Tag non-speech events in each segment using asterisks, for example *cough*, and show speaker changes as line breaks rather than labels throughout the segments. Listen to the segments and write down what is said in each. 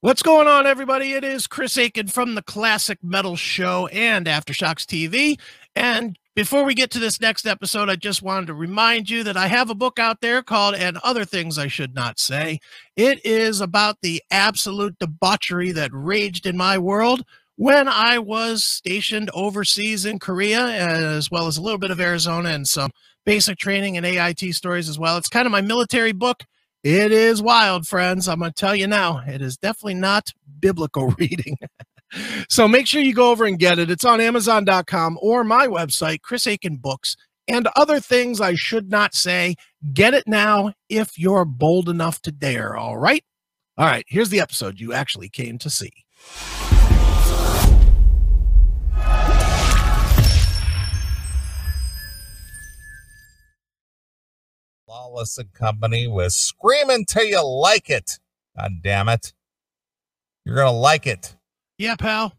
What's going on, everybody? It is Chris Aiken from the Classic Metal Show and Aftershocks TV. And before we get to this next episode, I just wanted to remind you that I have a book out there called And Other Things I Should Not Say. It is about the absolute debauchery that raged in my world when I was stationed overseas in Korea, as well as a little bit of Arizona and some basic training and AIT stories as well. It's kind of my military book. It is wild, friends. I'm going to tell you now, it is definitely not biblical *laughs* reading. so make sure you go over and get it. It's on Amazon.com or my website, Chris Aiken Books, and other things I should not say. Get it now if you're bold enough to dare. All right. All right. Here's the episode you actually came to see.
Lawless and Company with Screaming Till You Like It. God damn it. You're going to like it.
Yeah, pal.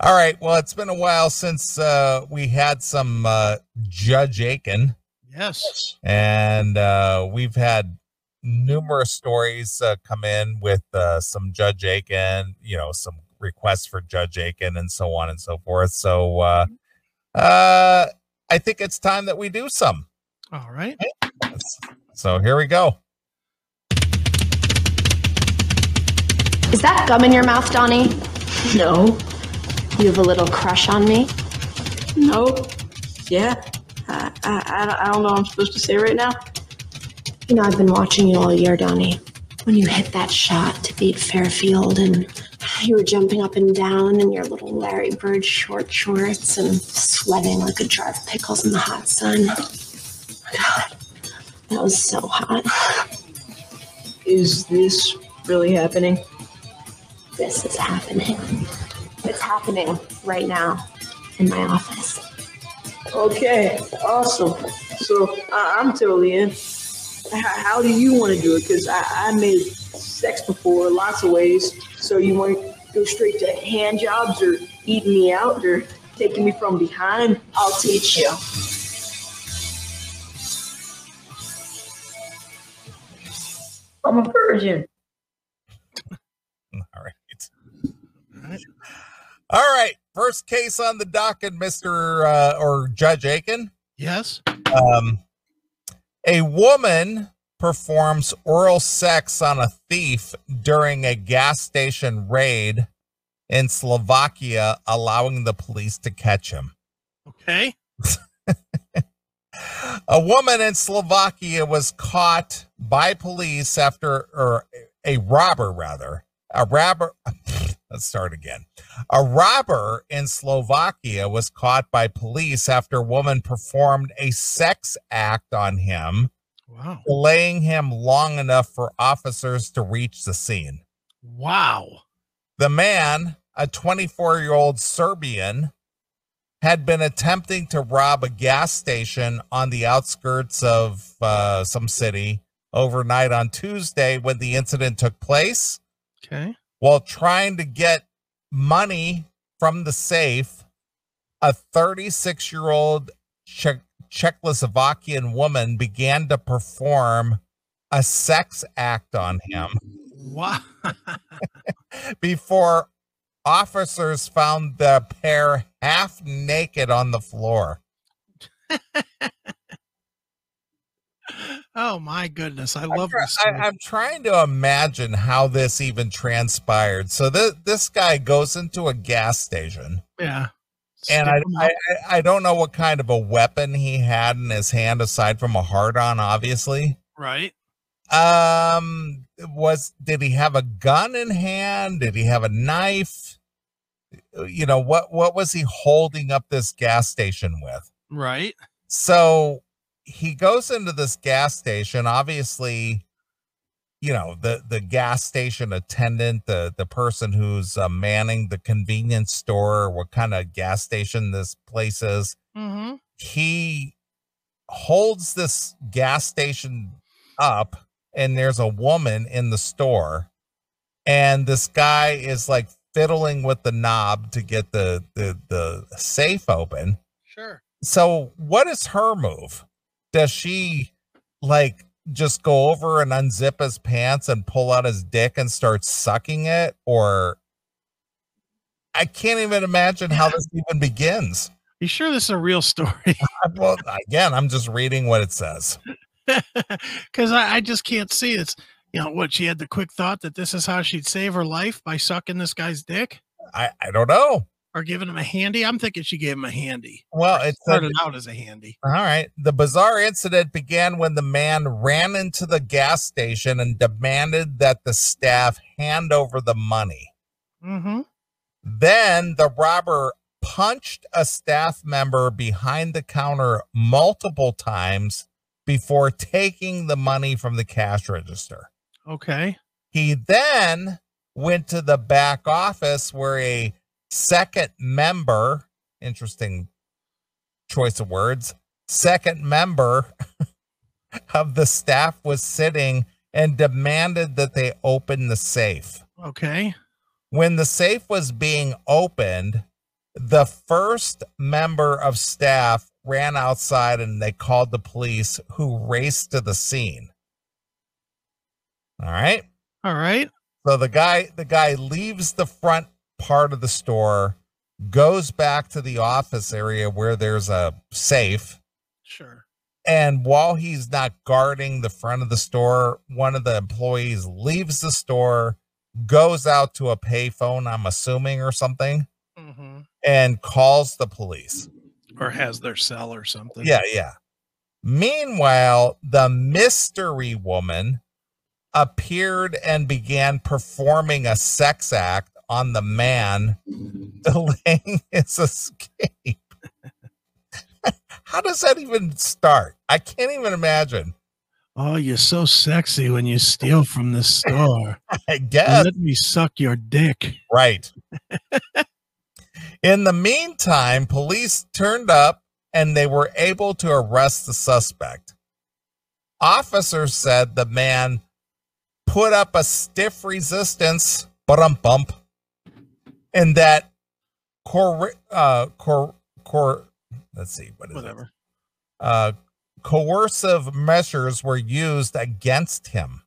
All right. Well, it's been a while since uh, we had some uh, Judge Aiken,
Yes.
and uh, we've had numerous stories uh, come in with uh, some Judge Aiken, you know, some requests for Judge Aiken and so on and so forth. So uh, uh, I think it's time that we do some.
All right.
So here we go.
Is that gum in your mouth, Donnie?
No.
You have a little crush on me?
No. Oh, Yeah. I, I, I don't- I don't know what I'm supposed to say right now.
You know, I've been watching you all year, Donnie. When you hit that shot to beat Fairfield and you were jumping up and down in your little Larry Bird short shorts and sweating like a jar of pickles in the hot sun. God, that was so hot.
Is this really happening?
This is happening. It's happening right now in my office.
Okay. Awesome. So I, I'm totally in. H- how do you want to do it? Because I, I made sex before lots of ways. So you want to go straight to hand jobs or eating me out or taking me from behind? I'll teach you. I'm a virgin.
*laughs* All right. All right. First case on the docket, Mr. Uh, or Judge Aiken.
Yes.
Um, a woman performs oral sex on a thief during a gas station raid in Slovakia, allowing the police to catch him.
Okay.
A woman in Slovakia was caught by police after, or a robber rather, a robber. *laughs* Let's start again. A robber in Slovakia was caught by police after a woman performed a sex act on him,
Wow.
delaying him long enough for officers to reach the scene.
Wow.
The man, a 24 year old Serbian, had been attempting to rob a gas station on the outskirts of uh, some city overnight on Tuesday when the incident took place.
Okay.
While trying to get money from the safe, a 36 year old che- Czechoslovakian woman began to perform a sex act on him
Wow. *laughs*
before officers found the pair half naked on the floor.
oh my goodness. I
I'm
love
try-
this.
I,
story.
am trying to imagine how this even transpired. So this this guy goes into a gas station,
yeah.
and I,
Stick 'em
I
up.
I- I don't know what kind of a weapon he had in his hand aside from a hard on, obviously.
right.
Um, was did he have a gun in hand? Did he have a knife? You know what? What was he holding up this gas station with?
Right.
So he goes into this gas station. Obviously, you know the the gas station attendant, the the person who's uh, manning the convenience store, what kind of gas station this place is.
Mm-hmm.
He holds this gas station up, and there's a woman in the store, and this guy is like fiddling with the knob to get the the the safe open
Sure.
so what is her move does she like just go over and unzip his pants and pull out his dick and start sucking it or I can't even imagine how this even begins.
You sure this is a real story? *laughs*
Well, again, I'm just reading what it says.
Because I, I just can't see it's you know what she had the quick thought that this is how she'd save her life by sucking this guy's dick
I, I don't know.
or giving him a handy. I'm thinking she gave him a handy.
Well, it said
Started out as a handy.
All right. The bizarre incident began when the man ran into the gas station and demanded that the staff hand over the money.
Mm-hmm.
Then the robber punched a staff member behind the counter multiple times before taking the money from the cash register.
Okay.
He then went to the back office where a second member, interesting choice of words, second member *laughs* of the staff was sitting and demanded that they open the safe.
Okay.
When the safe was being opened, the first member of staff ran outside and they called the police who raced to the scene. All right.
All right.
So the guy the guy leaves the front part of the store, goes back to the office area where there's a safe,
Sure.
and while he's not guarding the front of the store, one of the employees leaves the store, goes out to a payphone, I'm assuming or something,
Mm-hmm.
and calls the police.
Or has their cell or something.
Yeah, yeah. Meanwhile, the mystery woman appeared and began performing a sex act on the man, *laughs* delaying his escape. *laughs* How does that even start? I can't even imagine.
Oh, you're so sexy when you steal from
*laughs*
the store.
I guess.
Let me suck your dick.
Right. In the meantime, police turned up and they were able to arrest the suspect. Officers said the man put up a stiff resistance, but um bump, and that cor uh cor cor let's see what is it?
Whatever.
Uh, coercive measures were used against him.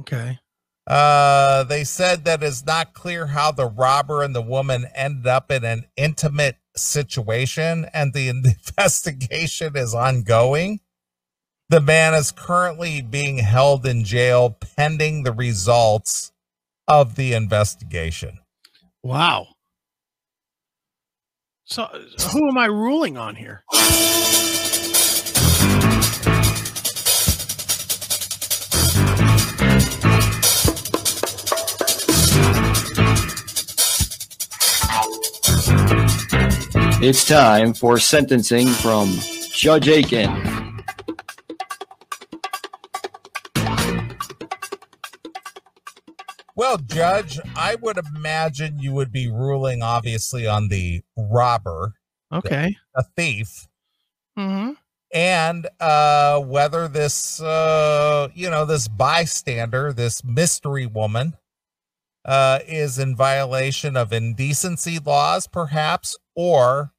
Okay.
Uh, they said that it's not clear how the robber and the woman ended up in an intimate situation, and the *laughs* investigation is ongoing. The man is currently being held in jail pending the results of the investigation.
Wow. So uh, who am I ruling on here?
It's time for sentencing from Judge Aiken.
Well, Judge, I would imagine you would be ruling obviously on the robber,
Okay.
a thief,
Mm-hmm.
and uh whether this uh you know this bystander this mystery woman uh is in violation of indecency laws perhaps or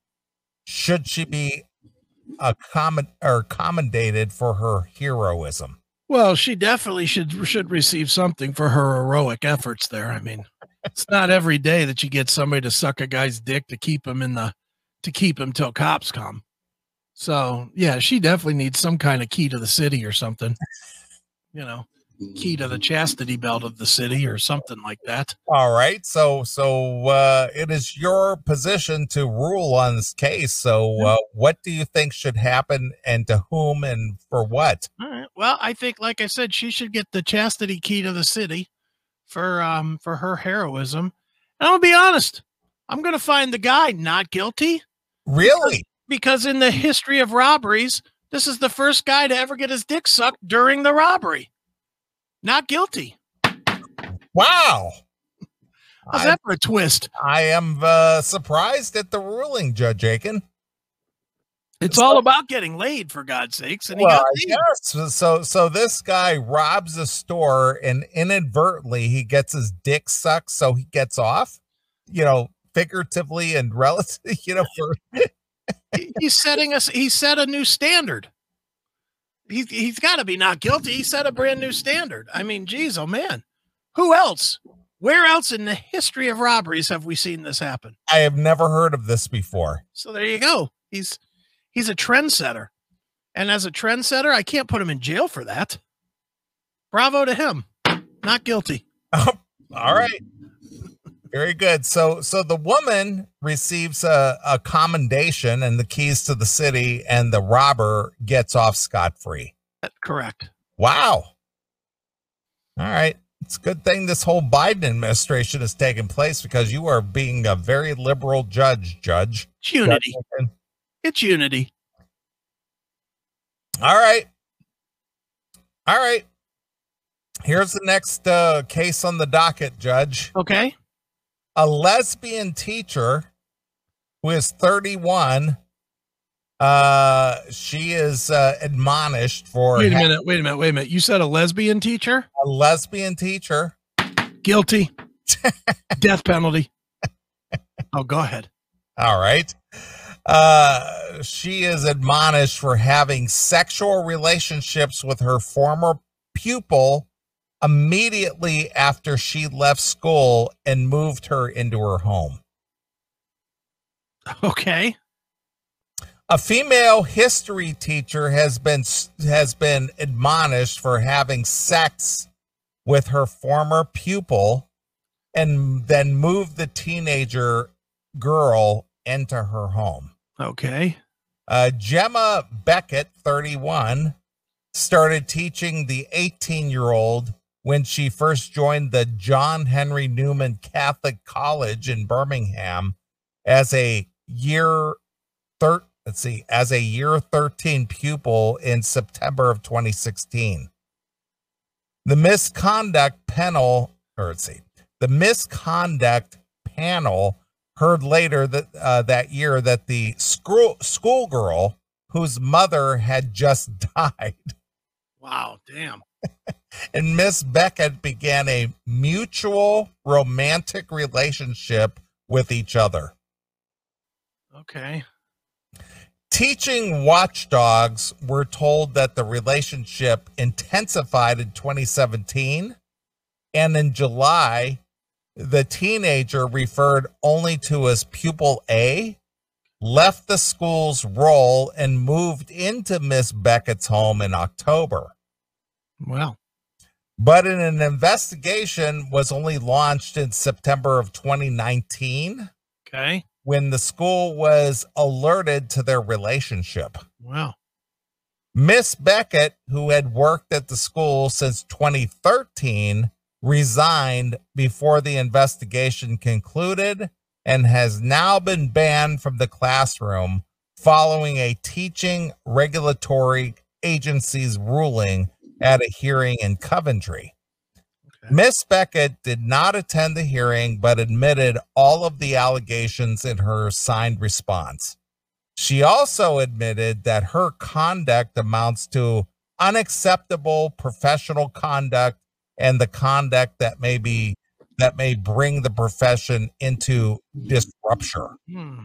should she be accommod or commendated for her heroism
Well, she definitely should should receive something for her heroic efforts there. I mean, it's not every day that you get somebody to suck a guy's dick to keep him in the to keep him till cops come. So yeah, she definitely needs some kind of key to the city or something. You know, key to the chastity belt of the city or something like that.
all right so so uh it is your position to rule on this case so uh, what do you think should happen and to whom and for what
All right. Well, I think, like I said, she should get the chastity key to the city for um for her heroism. And I'm gonna be honest, I'm gonna find the guy not guilty
really
because in the history of robberies, this is the first guy to ever get his dick sucked during the robbery. Not guilty.
wow
How's
I-
that for a twist?
I am uh, surprised at the ruling, Judge Aiken.
It's all about getting laid, for God's sakes. And he
Well,
got
I
laid.
guess. So, so this guy robs a store and inadvertently he gets his dick sucked, so he gets off. You know, figuratively and *laughs* relative. You know, for
He- he's setting us. He set a new standard. he's he's got to be not guilty. He set a brand new standard. I mean, geez, oh man, who else? Where else in the history of robberies have we seen this happen?
I have never heard of this before.
So there you go. He's he's a trendsetter, and as a trendsetter, I can't put him in jail for that. Bravo to him. Not guilty.
All right. Very good. So so the woman receives a, a commendation and the keys to the city, and the robber gets off scot free.
That's correct.
Wow. All right. It's a good thing this whole Biden administration is taking place because you are being a very liberal judge, Judge.
It's unity. It's unity.
All right. All right. Here's the next uh, case on the docket, Judge.
Okay.
A lesbian teacher who is 31. Uh, she is uh, admonished for
Wait a
ha-
minute. Wait a minute. Wait a minute. You said a lesbian teacher?
a lesbian teacher.
Guilty. *laughs* Death penalty. Oh, go ahead.
All right. Uh, she is admonished for having sexual relationships with her former pupil immediately after she left school and moved her into her home.
Okay.
A female history teacher has been has been admonished for having sex with her former pupil and then moved the teenager girl into her home.
Okay.
Uh, Gemma Beckett, 31, started teaching the 18 year old when she first joined the John Henry Newman Catholic College in Birmingham as a year thir- let's see, as a year 13 pupil in September of 2016. The misconduct panel, or let's see, the misconduct panel heard later that uh, that year that the school schoolgirl whose mother had just *laughs* died
Wow. Damn.
and Miss Beckett began a mutual romantic relationship with each other.
Okay.
Teaching watchdogs were told that the relationship intensified in 2017. And in July, the teenager referred only to as pupil A left the school's role and moved into Miss Beckett's home in October.
Wow.
But in an investigation was only launched in September of 2019
Okay.
when the school was alerted to their relationship.
Wow.
Miss Beckett, who had worked at the school since 2013, resigned before the investigation concluded and has now been banned from the classroom following a teaching regulatory agency's ruling at a hearing in Coventry.
Okay.
Miss Beckett did not attend the hearing but admitted all of the allegations in her signed response. She also admitted that her conduct amounts to unacceptable professional conduct and the conduct that may be that may bring the profession into disruption.
Hmm.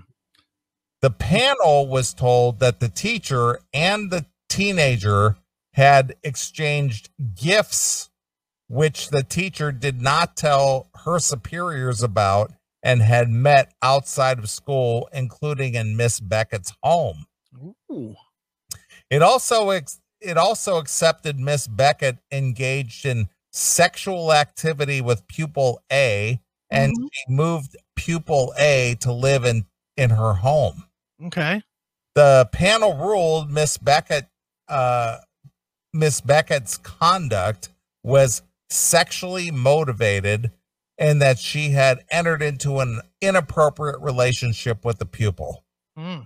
The panel was told that the teacher and the teenager had exchanged gifts, which the teacher did not tell her superiors about and had met outside of school, including in Miss Beckett's home.
Ooh.
It also ex- it also accepted Miss Beckett engaged in sexual activity with pupil A, and
Mhm.
she moved pupil A to live in in her home.
Okay.
The panel ruled Miss Beckett uh, Miss Beckett's conduct was sexually motivated, and that she had entered into an inappropriate relationship with the pupil.
Hmm.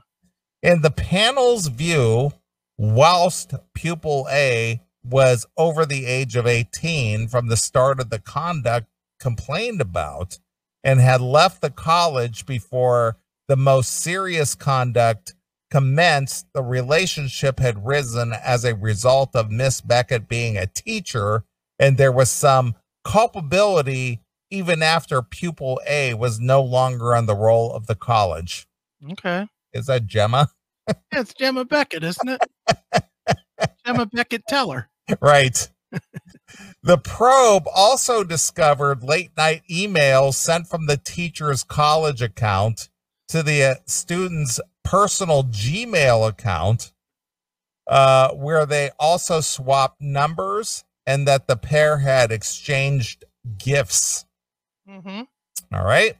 In the panel's view, whilst pupil A was over the age of 18 from the start of the conduct complained about and had left the college before the most serious conduct commenced, the relationship had risen as a result of Miss Beckett being a teacher, and there was some culpability even after pupil A was no longer on the roll of the college.
Okay.
Is that Gemma? *laughs*
That's Gemma Beckett, isn't it? Emma Beckett Teller.
Right. the probe also discovered late night emails sent from the teacher's college account to the uh, student's personal Gmail account, uh, where they also swapped numbers and that the pair had exchanged gifts.
Mm-hmm.
All right.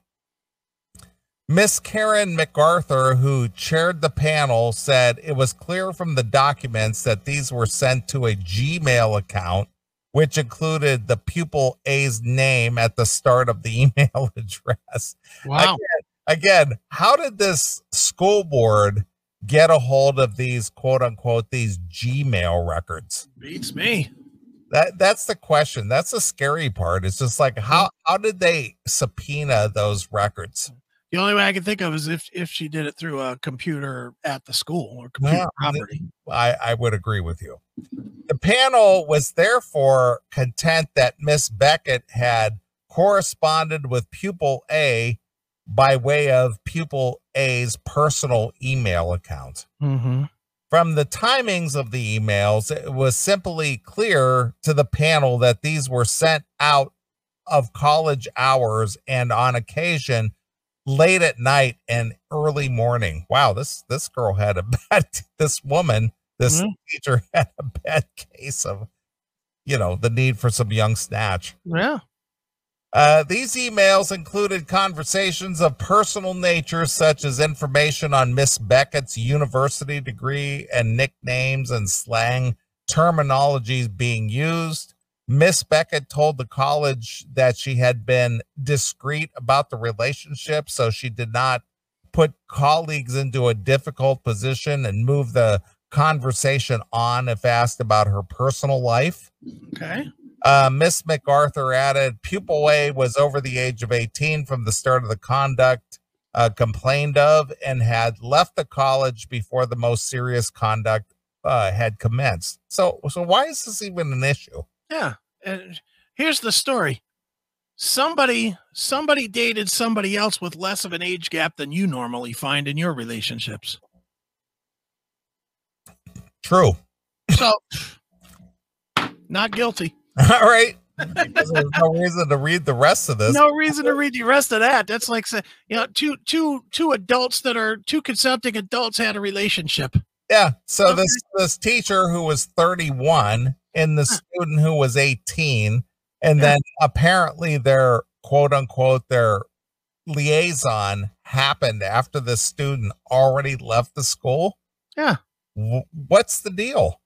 Miss Karen MacArthur, who chaired the panel, said it was clear from the documents that these were sent to a Gmail account, which included the pupil A's name at the start of the *laughs* email address.
Wow.
Again, how did this school board get a hold of these quote unquote these Gmail records?
Beats me.
That that's the question. That's the scary part. It's just like how how did they subpoena those records?
The only way I can think of is if if she did it through a computer at the school or computer
Yeah, I think-
property.
I, I would agree with you. The panel was therefore content that Miss Beckett had corresponded with pupil A by way of pupil A's personal email account.
Mm-hmm.
From the timings of the emails, it was simply clear to the panel that these were sent out of college hours and on occasion late at night and early morning. Wow, this this girl had a *laughs* bad this woman, this
Mhm.
teacher had a bad case of you know, the need for some young snatch.
Yeah.
Uh, these emails included conversations of personal nature, such as information on Miss Beckett's university degree and nicknames and slang terminologies being used. Miss Beckett told the college that she had been discreet about the relationship, so she did not put colleagues into a difficult position and move the conversation on if asked about her personal life.
Okay.
Uh, Miss MacArthur added, pupil A was over the age of 18 from the start of the conduct uh, complained of and had left the college before the most serious conduct uh, had commenced. So, so why is this even an issue?
Yeah. And here's the story. Somebody somebody dated somebody else with less of an age gap than you normally find in your relationships.
True. *laughs*
So not guilty.
All right. *laughs* Because there's no reason to read the rest of this.
no reason to read the rest of that. That's like say, you know, two two two adults that are two consenting adults had a relationship.
Yeah. So
Okay.
this this teacher who was 31 and the student who was 18, and
Yeah.
then apparently their quote unquote their liaison happened after the student already left the school.
Yeah.
W- what's the deal?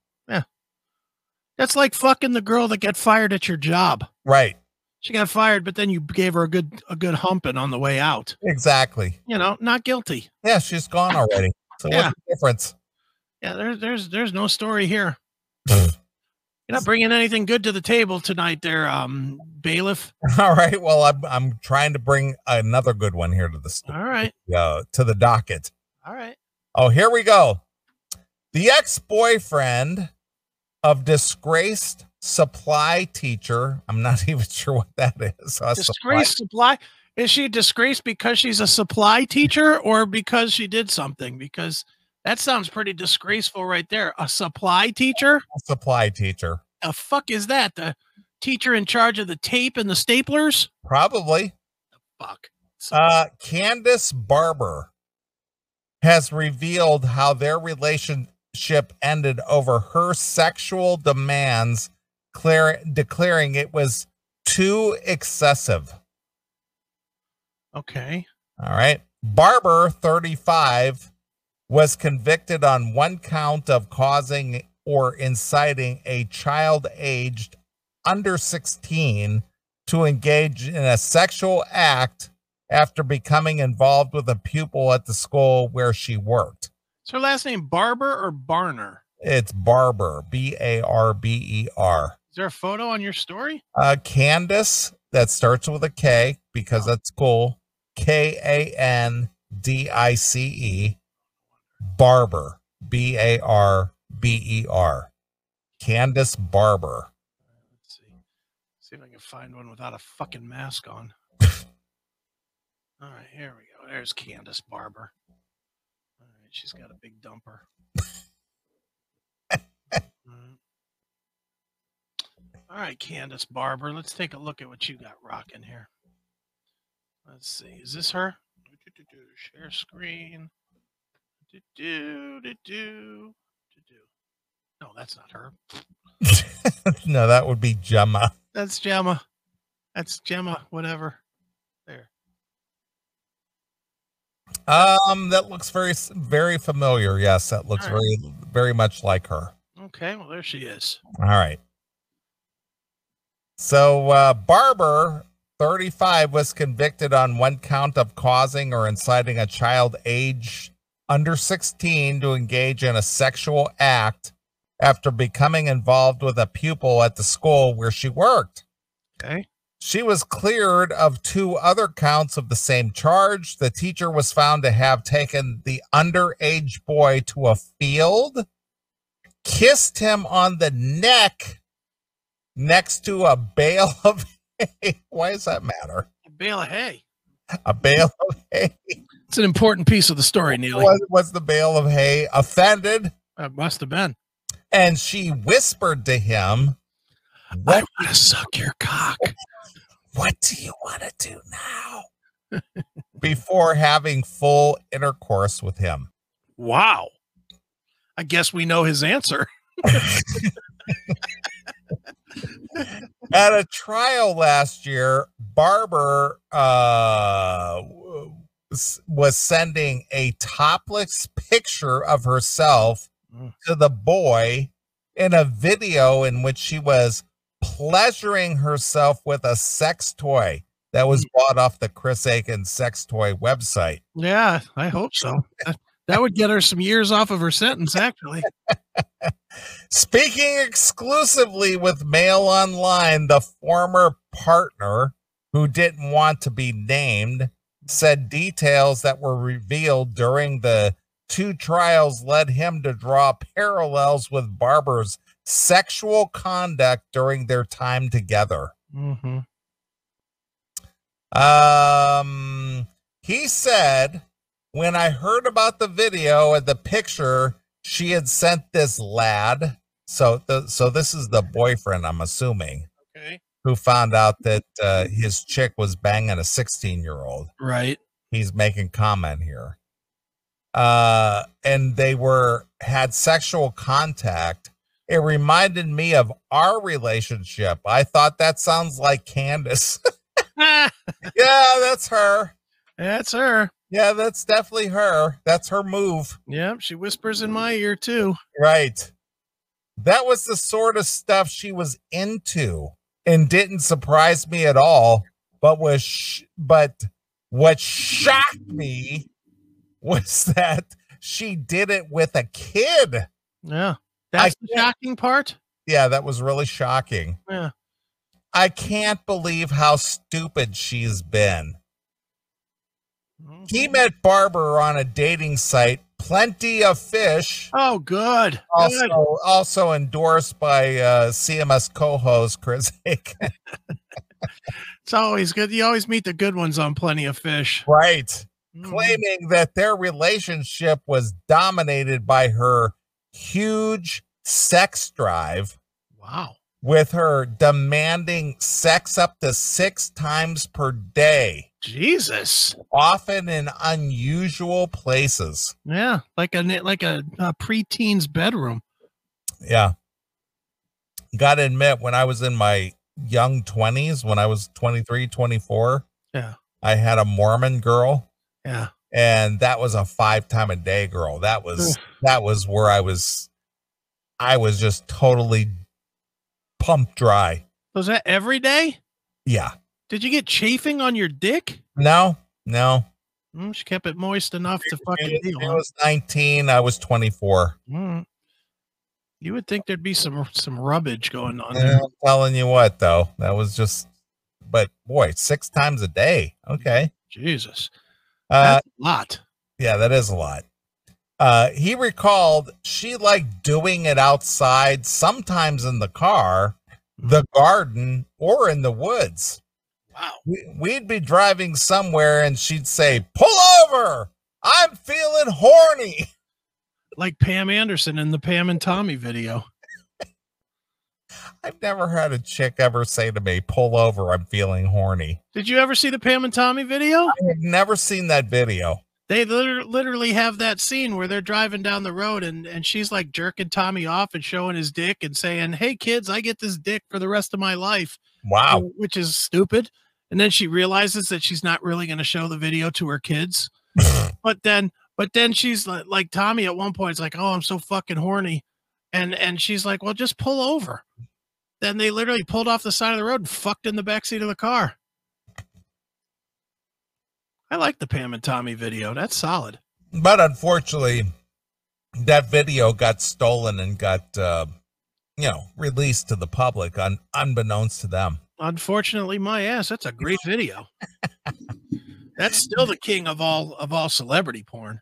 That's like fucking the girl that got fired at your job.
Right.
She got fired, but then you gave her a good a good humping on the way out.
Exactly.
You know, not guilty.
Yeah, she's gone already. So
Yeah.
what's the difference? *laughs*
Yeah, there's there's there's no story here.
Uh.
You're not bringing anything good to the table tonight, there, um, bailiff.
All right. Well, I'm I'm trying to bring another good one here to the st-
All right,
uh, to the docket.
all right.
Oh, here we go. The ex boyfriend of disgraced supply teacher. I'm not *laughs* even sure what that is. A supply-
Disgraced supply. Is she disgraced because she's a supply teacher or because she did something? Because that sounds pretty disgraceful right there. A supply teacher?
supply teacher.
The fuck is that? The teacher in charge of the tape and the staplers?
Probably.
Fuck. So-
Uh, Candace Barber has revealed how their relationship ended over her sexual demands, clear, declaring it was too excessive.
okay.
All right. Barber, 35, was convicted on one count of causing or inciting a child aged under 16 to engage in a sexual act after becoming involved with a pupil at the school where she worked.
Is her last name Barber or Barner?
It's Barber, B A R B E R.
Is there a photo on your story?
Uh, Candace, that starts with a K because that's cool. K A N D I C E. Barber, B A R B E R. Candace Barber. *laughs*
Let's see. See if I can find one without a fucking mask on. All right, here we go. There's Candace Barber. All right, she's got a big dumper. All right, Candace Barber, let's take a look at what you got rocking here. Let's see. Is this her? Do-do-do-do, Share screen. Do do do do do. No, that's not her.
no, that would be Gemma.
That's Gemma. That's Gemma. Whatever. There.
Um, that looks very s- very familiar. Yes, that looks
All
very very much like her.
Okay. Well, there she is.
All right. So uh, Barber, 35, was convicted on one count of causing or inciting a child age under 16 to engage in a sexual act after becoming involved with a pupil at the school where she worked.
Okay.
She was cleared of two other counts of the same charge. The teacher was found to have taken the underage boy to a field, kissed him on the neck next to a bale *laughs* of hay. Why does that matter?
Bale of hay.
A bale *laughs* of hay.
It's an important piece of the story, Neely.
Was, was the bale of hay offended?
It must have been.
And she whispered to him,
I
What,
want to suck your cock.
what do you want to do now? Before having full intercourse with him.
Wow. I guess we know his answer.
at a trial last year, Barber uh, w- s- was sending a topless picture of herself
Mm.
to the boy in a video in which she was pleasuring herself with a sex toy that was bought off the Chris Aiken sex toy website.
Yeah, I hope so. *laughs* That- That would get her some years off of her sentence, actually.
Speaking exclusively with Mail Online, the former partner who didn't want to be named said details that were revealed during the two trials led him to draw parallels with Barber's sexual conduct during their time together.
Mm-hmm.
Um, he said, when I heard about the video and the picture, she had sent this lad. So, the, so this is the boyfriend, I'm assuming,
Okay.
who found out that uh, his chick was banging a 16 year old.
Right. *laughs*
He's making comment here. Uh, and they were had sexual contact. It reminded me of our relationship. I thought that sounds like Candace. *laughs* yeah, that's her.
That's her.
Yeah, that's definitely her. That's her move.
Yep. She whispers in my ear, too.
Right. That was the sort of stuff she was into and didn't surprise me at all, but was sh- but what shocked me was *laughs* that she did it with a kid.
Yeah. That's the
can't-
shocking part.
Yeah, that was really shocking.
Yeah.
I can't believe how stupid she's been. He met Barber on a dating site, plenty of fish.
Oh, good. Good.
also also endorsed by uh, CMS co-host Chris
*laughs*
Aiken.
It's always good. You always meet the good ones on Plenty of Fish.
right,
Mhm.
claiming that their relationship was dominated by her huge sex drive,
Wow.
with her demanding sex up to six times per day,
Jesus.
often in unusual places.
Yeah. Like a like a, a preteen's bedroom.
Yeah. Gotta admit, when I was in my young 20s, when I was 23, 24,
Yeah.
I had a Mormon girl,
Yeah.
and that was a five time a day girl. That was that was where I was I was just totally pumped dry.
Was that every day?
Yeah.
Did you get chafing on your dick?
No, no.
Mm, she kept it moist enough to fucking
She
deal.
she
huh?
was 19, I was 24.
Mm. You would think there'd be some some rubbage going on
And
there.
I'm telling you what though, that was just but boy, six times a day. Okay.
Jesus,
Uh
that's a lot.
Yeah, that is a lot. Uh, he recalled she liked doing it outside, sometimes in the car, the garden, or in the woods.
Wow.
We- We'd be driving somewhere and she'd say, Pull over. I'm feeling horny. *laughs*
Like Pam Anderson in the Pam and Tommy video.
I've never had a chick ever say to me, pull over, I'm feeling horny.
Did you ever see the Pam and Tommy video?
I've never seen that video.
They liter- literally have that scene where they're driving down the road and, and she's like jerking Tommy off and showing his dick and saying, Hey, kids, I get this dick for the rest of my life,
Wow.
which is stupid. And then she realizes that she's not really going to show the video to her kids. but then, but then she's like, like Tommy at one point is like, Oh, I'm so fucking horny. And, and she's like, Well, just pull over. Then they literally pulled off the side of the road and fucked in the backseat of the car. I like the Pam and Tommy video. That's solid.
But unfortunately, that video got stolen and got, uh, you know, released to the public un- unbeknownst to them.
Unfortunately, my ass, that's a great video. that's still the king of all of all celebrity porn.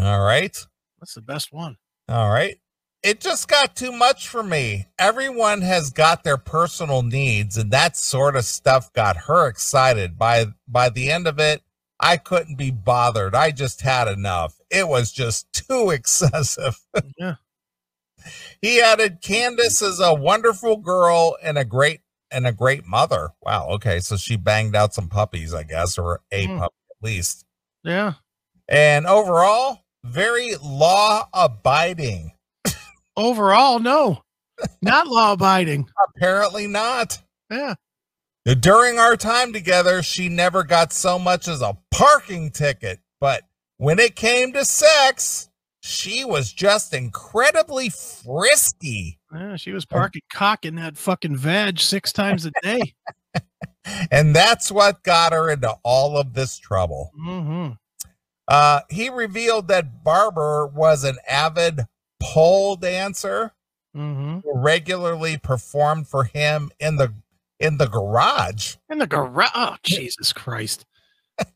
All right.
That's the best one.
All right. It just got too much for me. Everyone has got their personal needs, and that sort of stuff got her excited. By by the end of it, I couldn't be bothered. I just had enough. It was just *laughs* too excessive.
Yeah.
He added Candace is a wonderful girl and a great and a great mother. Wow, okay. So she banged out some puppies, I guess, or a
Mm.
puppy at least.
Yeah.
And overall, very law abiding.
Overall, no. *laughs* Not law abiding.
Apparently not.
Yeah.
During our time together, she never got so much as a parking ticket. But when it came to sex, she was just incredibly frisky.
Yeah. She was parking cock in that fucking veg six times a day.
And that's what got her into all of this trouble.
hmm
Uh, he revealed that Barber was an avid pole dancer
hmm
who regularly performed for him in the in the garage.
In the garage. Oh, Jesus Christ.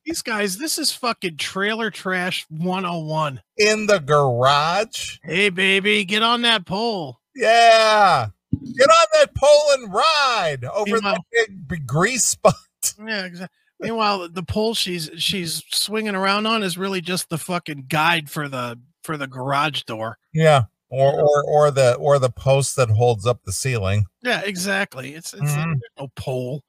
These guys, this is fucking trailer trash 101.
In the garage.
Hey, baby, get on that pole.
Yeah. Get on that pole and ride over
Meanwhile-
that big, big grease spot. *laughs*
Yeah, exactly. Meanwhile, the pole she's she's swinging around on is really just the fucking guide for the for the garage door.
Yeah. Or, or or the or the post that holds up the ceiling.
Yeah, exactly. It's it's
Mhm.
there's no pole.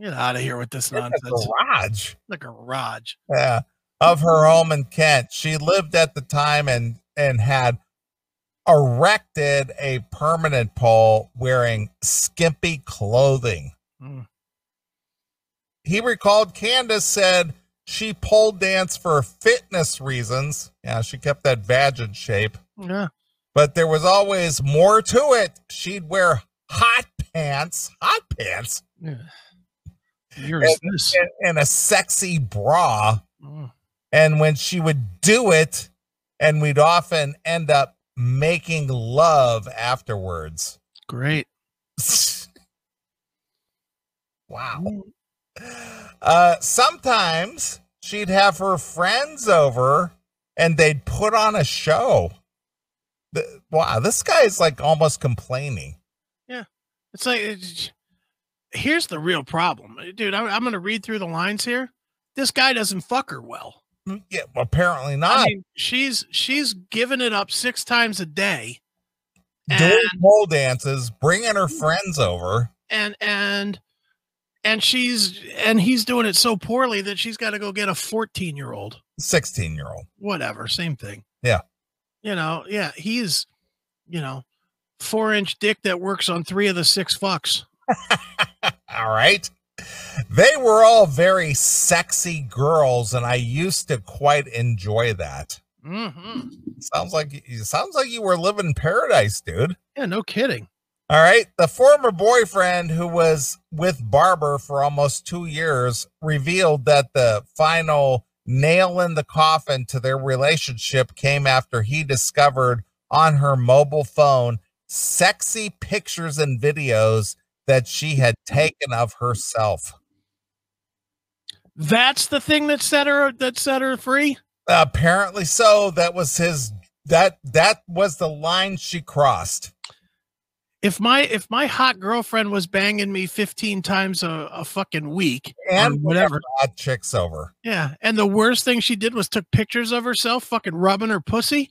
Mm-hmm. Get out of here with this
In
nonsense.
the garage.
The garage.
Yeah. Of her home in Kent. She lived at the time and and had erected a permanent pole wearing skimpy clothing.
Mm.
He recalled Candace said she pole danced for fitness reasons. Yeah, she kept that vagin shape.
Yeah.
but there was always more to it. She'd wear hot pants, hot pants,
yeah. Yours this.
and, and a sexy bra.
Mm.
And when she would do it, and we'd often end up making love afterwards. *laughs*
Great.
wow.
Mm.
Uh, sometimes she'd have her friends over and they'd put on a show. The- wow, this guy's like almost complaining.
It's like it's- here's the real problem, Uh, dude. I, I'm gonna read through the lines here. This guy doesn't fuck her well.
Hmm, Yeah, apparently not.
I mean, she's she's giving it up six times a day,
doing
and Hmm.
pole dances, bringing her friends over.
and and and she's and he's doing it so poorly that she's got to go get a fourteen year old.
16 year old.
Whatever, same thing.
Yeah.
you know, yeah, he's you know four inch dick that works on three of the six fucks.
All right. They were all very sexy girls, and I used to quite enjoy that.
hmm
Sounds like you sounds like you were living paradise, dude.
Yeah, no kidding.
All right. The former boyfriend who was with Barber for almost two years revealed that the final nail in the coffin to their relationship came after he discovered on her mobile phone sexy pictures and videos that she had taken of herself.
That's the thing that set her that set her free.
Apparently so. That was his that that was the line she crossed.
If my if my hot girlfriend was banging me fifteen times a, a fucking week
And
or whatever,
Odd chicks over.
Yeah. And the worst thing she did was took pictures of herself fucking rubbing her pussy.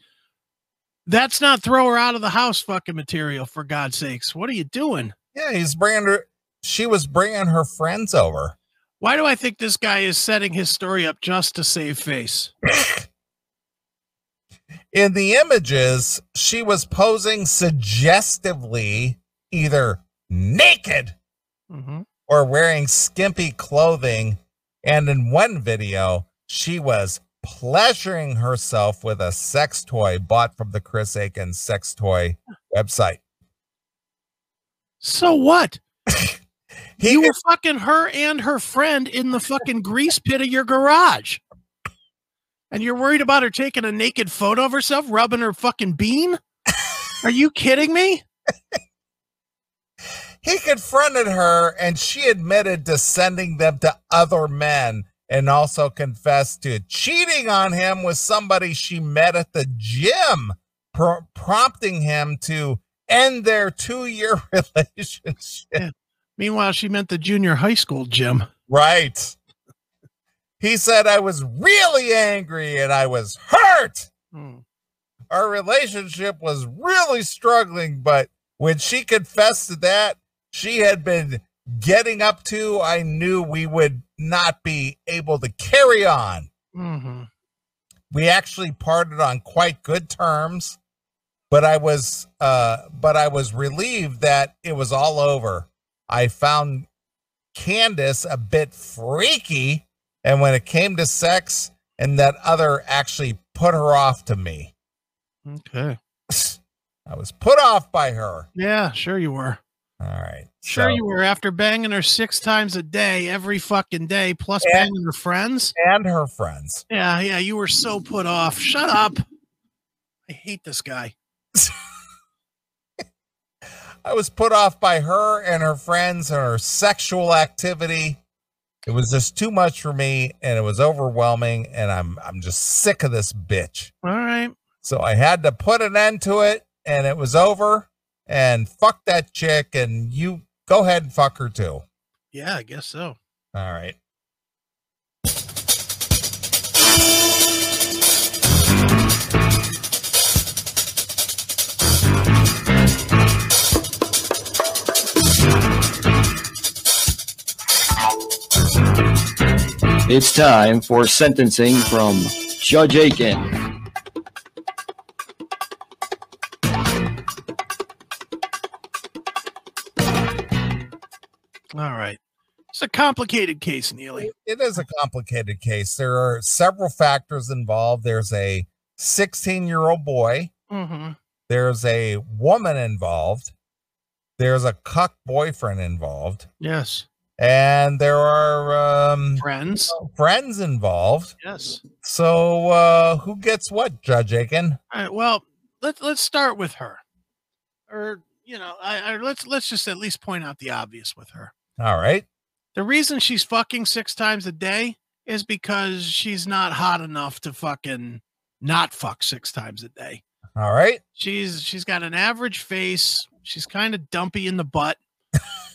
That's not throw her out of the house fucking material, for God's sakes. What are you doing?
Yeah, he's bringing her. She was bringing her friends over.
Why do I think this guy is setting his story up just to save face?
In the images, she was posing suggestively, either naked
Mhm.
or wearing skimpy clothing. And in one video, she was pleasuring herself with a sex toy bought from the Chris Aiken sex toy website.
So what?
He
You were fucking her and her friend in the fucking grease pit of your garage. And you're worried about her taking a naked photo of herself, rubbing her fucking bean? Are you kidding me?
He confronted her and she admitted to sending them to other men and also confessed to cheating on him with somebody she met at the gym, pro- prompting him to end their two year *laughs* relationship.
Meanwhile, she meant the junior high school gym.
Right. He said, I was really angry and I was hurt.
Hmm.
Our relationship was really struggling, but when she confessed to that, she had been getting up to, I knew we would not be able to carry on.
Mhm.
We actually parted on quite good terms, but I was uh but I was relieved that it was all over. I found Candace a bit freaky, and when it came to sex and that other actually put her off to me.
Okay.
I was put off by her.
Yeah, sure you were.
All right.
Sure
so-
you were. After banging her six times a day, every fucking day, plus
Yeah.
banging her friends.
and her friends.
Yeah, yeah, you were so put off. Shut up. I hate this guy.
I was put off by her and her friends and her sexual activity. It was just too much for me and it was overwhelming and I'm I'm just sick of this bitch.
All right.
So I had to put an end to it and it was over and fuck that chick and you go ahead and fuck her too.
Yeah, I guess so.
All right.
It's time for sentencing from Judge Aiken.
All right. It's a complicated case, Neely.
it is a complicated case. There are several factors involved. There's a 16 year old boy.
Mm-hmm.
There's a woman involved. There's a cuck boyfriend involved.
Yes.
And there are um,
Friends.
friends involved.
Yes.
So uh, who gets what, Judge Aiken?
All right. Well, let's let's start with her. Or, you know, I, I let's let's just at least point out the obvious with her.
All right.
The reason she's fucking six times a day is because she's not hot enough to fucking not fuck six times a day.
All right.
She's she's got an average face. She's kind of dumpy in the *laughs* butt.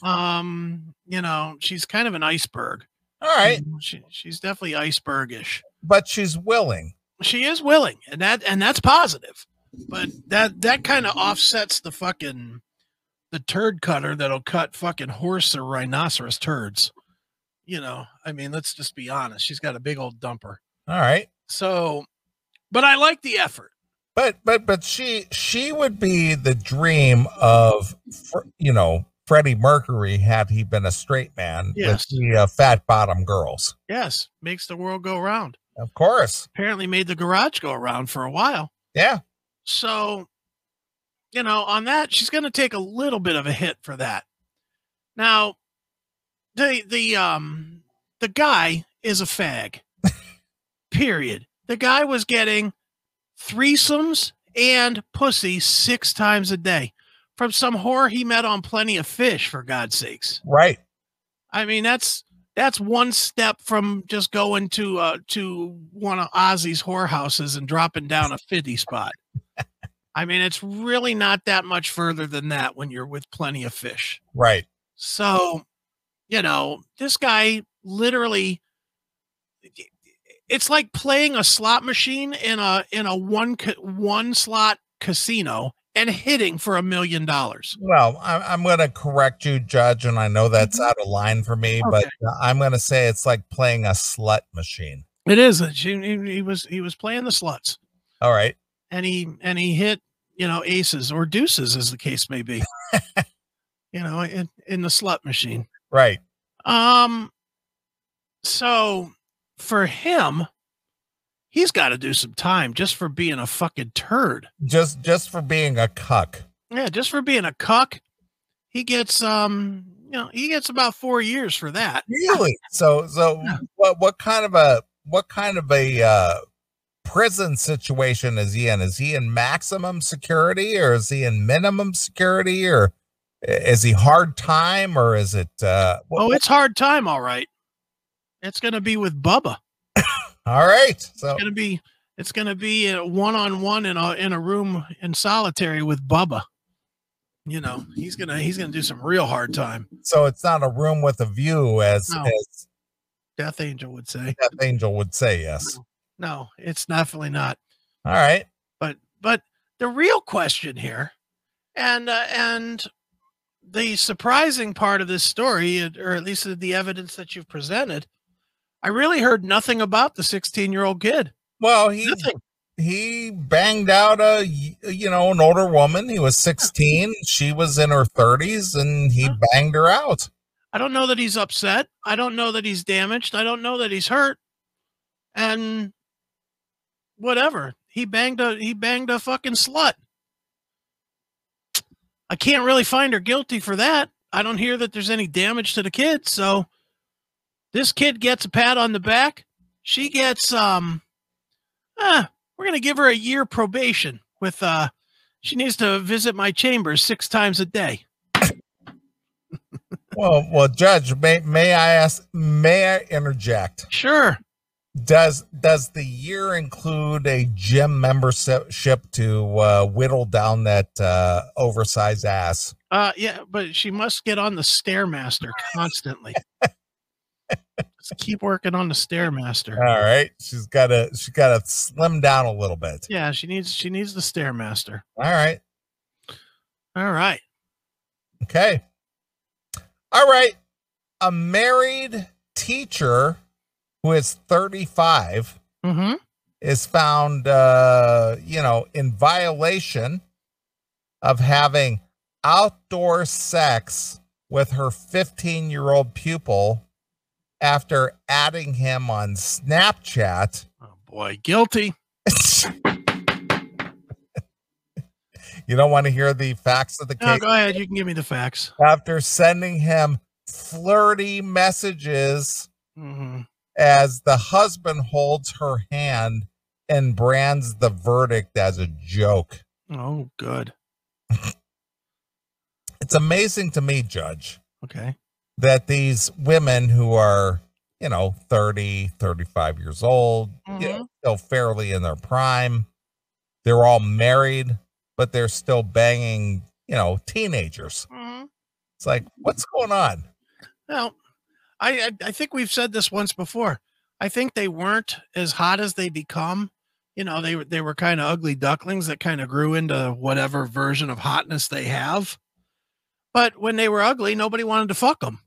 Um, you know, she's kind of an iceberg.
All right.
She, she's definitely icebergish.
But she's willing.
She is willing, and that and that's positive. But that that kind of offsets the fucking the turd cutter that'll cut fucking horse or rhinoceros turds. You know, I mean, let's just be honest. She's got a big old dumper.
All right.
So, but I like the effort.
But but but she she would be the dream of Fr- you know Freddie Mercury had he been a straight man
Yes.
with the uh, fat bottom girls.
Yes, makes the world go round.
Of course.
Apparently, made the garage go around for a while.
Yeah.
So, you know, on that, she's going to take a little bit of a hit for that. Now, the the um the guy is a fag. Period. The guy was getting threesomes and pussy six times a day from some whore he met on Plenty of Fish. For God's sakes,
Right.
I mean that's that's one step from just going to uh to one of Ozzy's whorehouses and dropping down a fifty spot. I mean, it's really not that much further than that when you're with plenty of fish.
Right.
So, you know, this guy literally it's like playing a slot machine in a in a one ca- one slot casino and hitting for a million dollars.
Well, I'm, I'm going to correct you, Judge, and I know that's
Mm-hmm.
out of line for me, but uh, I'm going to say it's like playing a slut machine.
It is. He, he- he was he was playing the sluts,
All right.
and he and he hit you know aces or deuces as the case may be. you know, in, in the slut machine.
Right.
Um, so for him, he's got to do some time just for being a fucking turd.
Just just for being a cuck.
Yeah, just for being a cuck. He gets um, you know, he gets about four years for that. *laughs*
Really? So so
Yeah.
what what kind of a what kind of a uh prison situation is he in? Is he in maximum security or is he in minimum security or i- is he hard time or is it uh wh-
Oh, it's hard time, all right. It's gonna be with Bubba.
all right. So
It's gonna be it's gonna be one on one in a in a room in solitary with Bubba. You know, he's gonna he's gonna do some real hard time.
so it's not a room with a view as
No.
as
Death Angel would say.
Death Angel would say, yes.
No, it's definitely not.
All right.
but but the real question here and uh, and the surprising part of this story and- or at least the evidence that you've presented i really heard nothing about the 16 year old kid
Well, he
nothing
he banged out a y- you know an older woman he was 16 she was in her 30s and he banged her out
i don't know that he's upset i don't know that he's damaged i don't know that he's hurt and whatever he banged a he banged a fucking slut i can't really find her guilty for that i don't hear that there's any damage to the kid so this kid gets a pat on the back she gets um ah, we're gonna give her a year probation with uh she needs to visit my chambers six times a day
well well judge may, may i ask may i interject
sure
does does the year include a gym membership to uh, whittle down that uh, oversized ass
Uh, yeah, but she must get on the stairmaster constantly. Just keep working on the stairmaster.
*laughs* all right she's gotta she's gotta slim down a little bit
Yeah, she needs she needs the stairmaster.
all right
All right.
Okay. All right. A married teacher who is 35
Mm-hmm.
is found, uh, you know, in violation of having outdoor sex with her 15 year old pupil after adding him on Snapchat. *laughs*
Oh boy, guilty.
you don't want to hear the facts of the
No,
case.
Oh, go ahead. You can give me the facts.
after sending him flirty messages
hmm
as the husband holds her hand and brands the verdict as a joke.
Oh, good.
It's amazing to me, Judge,
Okay.
that these women who are, you know, 30, 35 years old, you
Mm-hmm.
know, still fairly in their prime, they're all married, but they're still banging, you know, teenagers.
Mhm.
It's like, what's going on?
Now, I, I I think we've said this once before. I think they weren't as hot as they become. You know, they were they were kind of ugly ducklings that kind of grew into whatever version of hotness they have. But when they were ugly, nobody wanted to fuck them.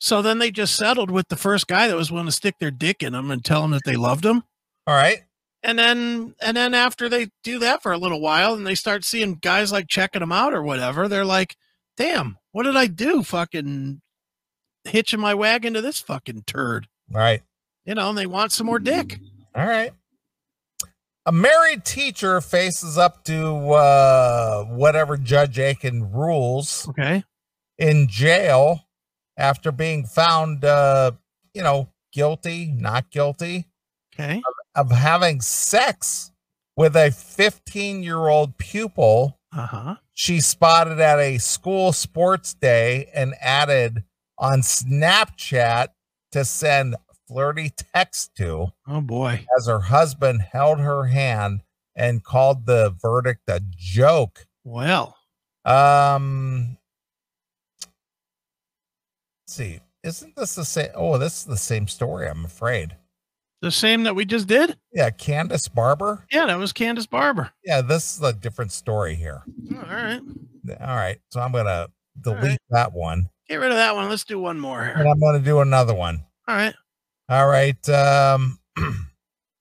So then they just settled with the first guy that was willing to stick their dick in them and tell them that they loved them.
All right.
And then and then after they do that for a little while and they start seeing guys like checking them out or whatever, they're like, "Damn, what did I do? Fucking hitching my wagon to this fucking turd."
All right.
You know, and they want some more dick.
All right. A married teacher faces up to uh, whatever Judge Aiken rules
Okay.
in jail after being found, uh, you know, guilty, not guilty
Okay.
of having sex with a 15 year old pupil
Uh-huh.
she spotted at a school sports day and added on Snapchat to send flirty texts to
Oh boy.
as her husband held her hand and called the verdict a joke.
Well,
Um, let's see, isn't this the same? Oh, this is the same story. I'm afraid.
The same that we just did?
Yeah, Candace Barber.
Yeah, that was Candace Barber.
Yeah, this is a different story here.
All right.
All right, so I'm gonna delete
right.
that one,
Get rid of that one. Let's do one more
and
here.
I'm gonna do another one.
All right.
All right. Um,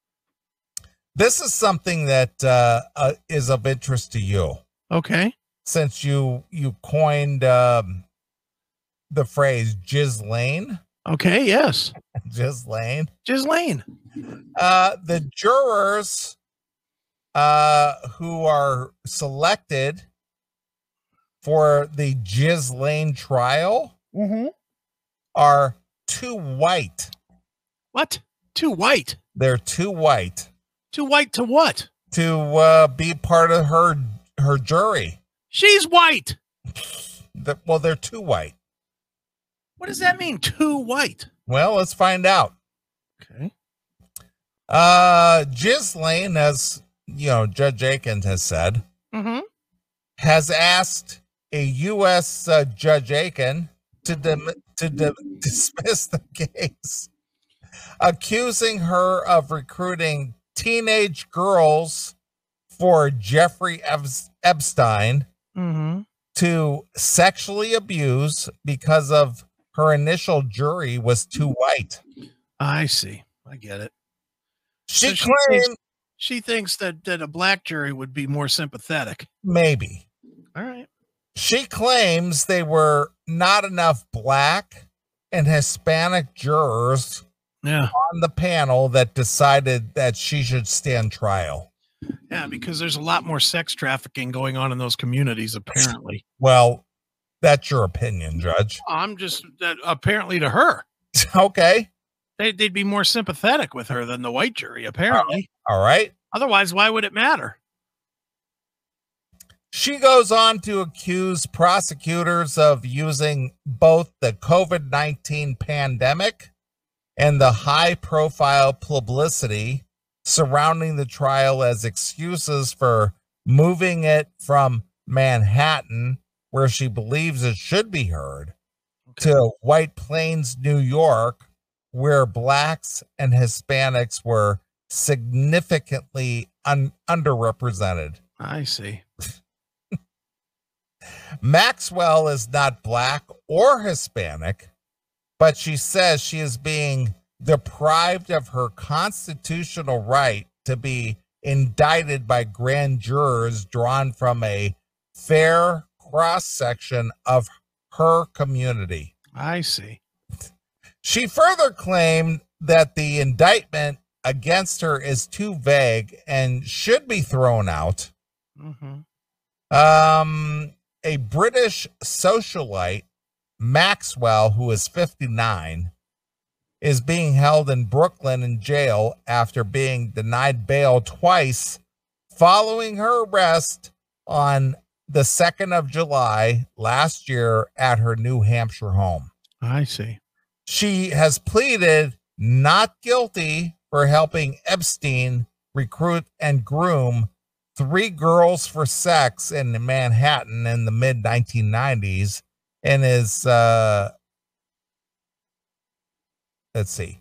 *clears throat* this is something that uh, uh, is of interest to you,
Okay.
since you you coined um, the phrase "jizz lane." *laughs*
Okay. Yes.
Jizz lane.
Ghislaine.
Uh, the jurors uh, who are selected for the Jizz Lane trial
Mm-hmm.
are too white.
What? Too white.
They're too white
Too white to what?
to uh, be part of her her jury.
She's white.
The, well, they're too white.
What does that mean? Too white.
Well, let's find out.
Okay.
Uh, Jizz Lane, as you know, Judge Aiken has said,
Mm-hmm.
has asked a U.S. Uh, Judge Aiken to dim- to di- *laughs* dismiss the case, accusing her of recruiting teenage girls for Jeffrey Epps- Epstein
Mm-hmm.
to sexually abuse because of her initial jury was too white.
I see. I get it.
She
So she thinks-
claimed
She thinks that that a black jury would be more sympathetic.
maybe.
All right.
She claims they were not enough black and Hispanic jurors
Yeah.
on the panel that decided that she should stand trial.
Yeah, because there's a lot more sex trafficking going on in those communities, apparently.
Well, that's your opinion, Judge. *laughs*
I'm just that apparently to her.
okay.
They, they'd be more sympathetic with her than the white jury, apparently.
All right.
Otherwise, why would it matter?
She goes on to accuse prosecutors of using both the COVID 19 pandemic and the high profile publicity surrounding the trial as excuses for moving it from Manhattan, where she believes it should be heard, to White Plains, New York, where blacks and Hispanics were significantly un- underrepresented.
I see.
Maxwell is not black or Hispanic, but she says she is being deprived of her constitutional right to be indicted by grand jurors drawn from a fair cross section of her community.
I see.
She further claimed that the indictment against her is too vague and should be thrown out.
Mm-hmm.
Um, a British socialite, Maxwell, who is 59, is being held in Brooklyn in jail after being denied bail twice following her arrest on the 2nd of July last year at her New Hampshire home.
I see.
She has pleaded not guilty for helping Epstein recruit and groom three girls for sex in Manhattan in the mid 1990s and is, uh, let's see,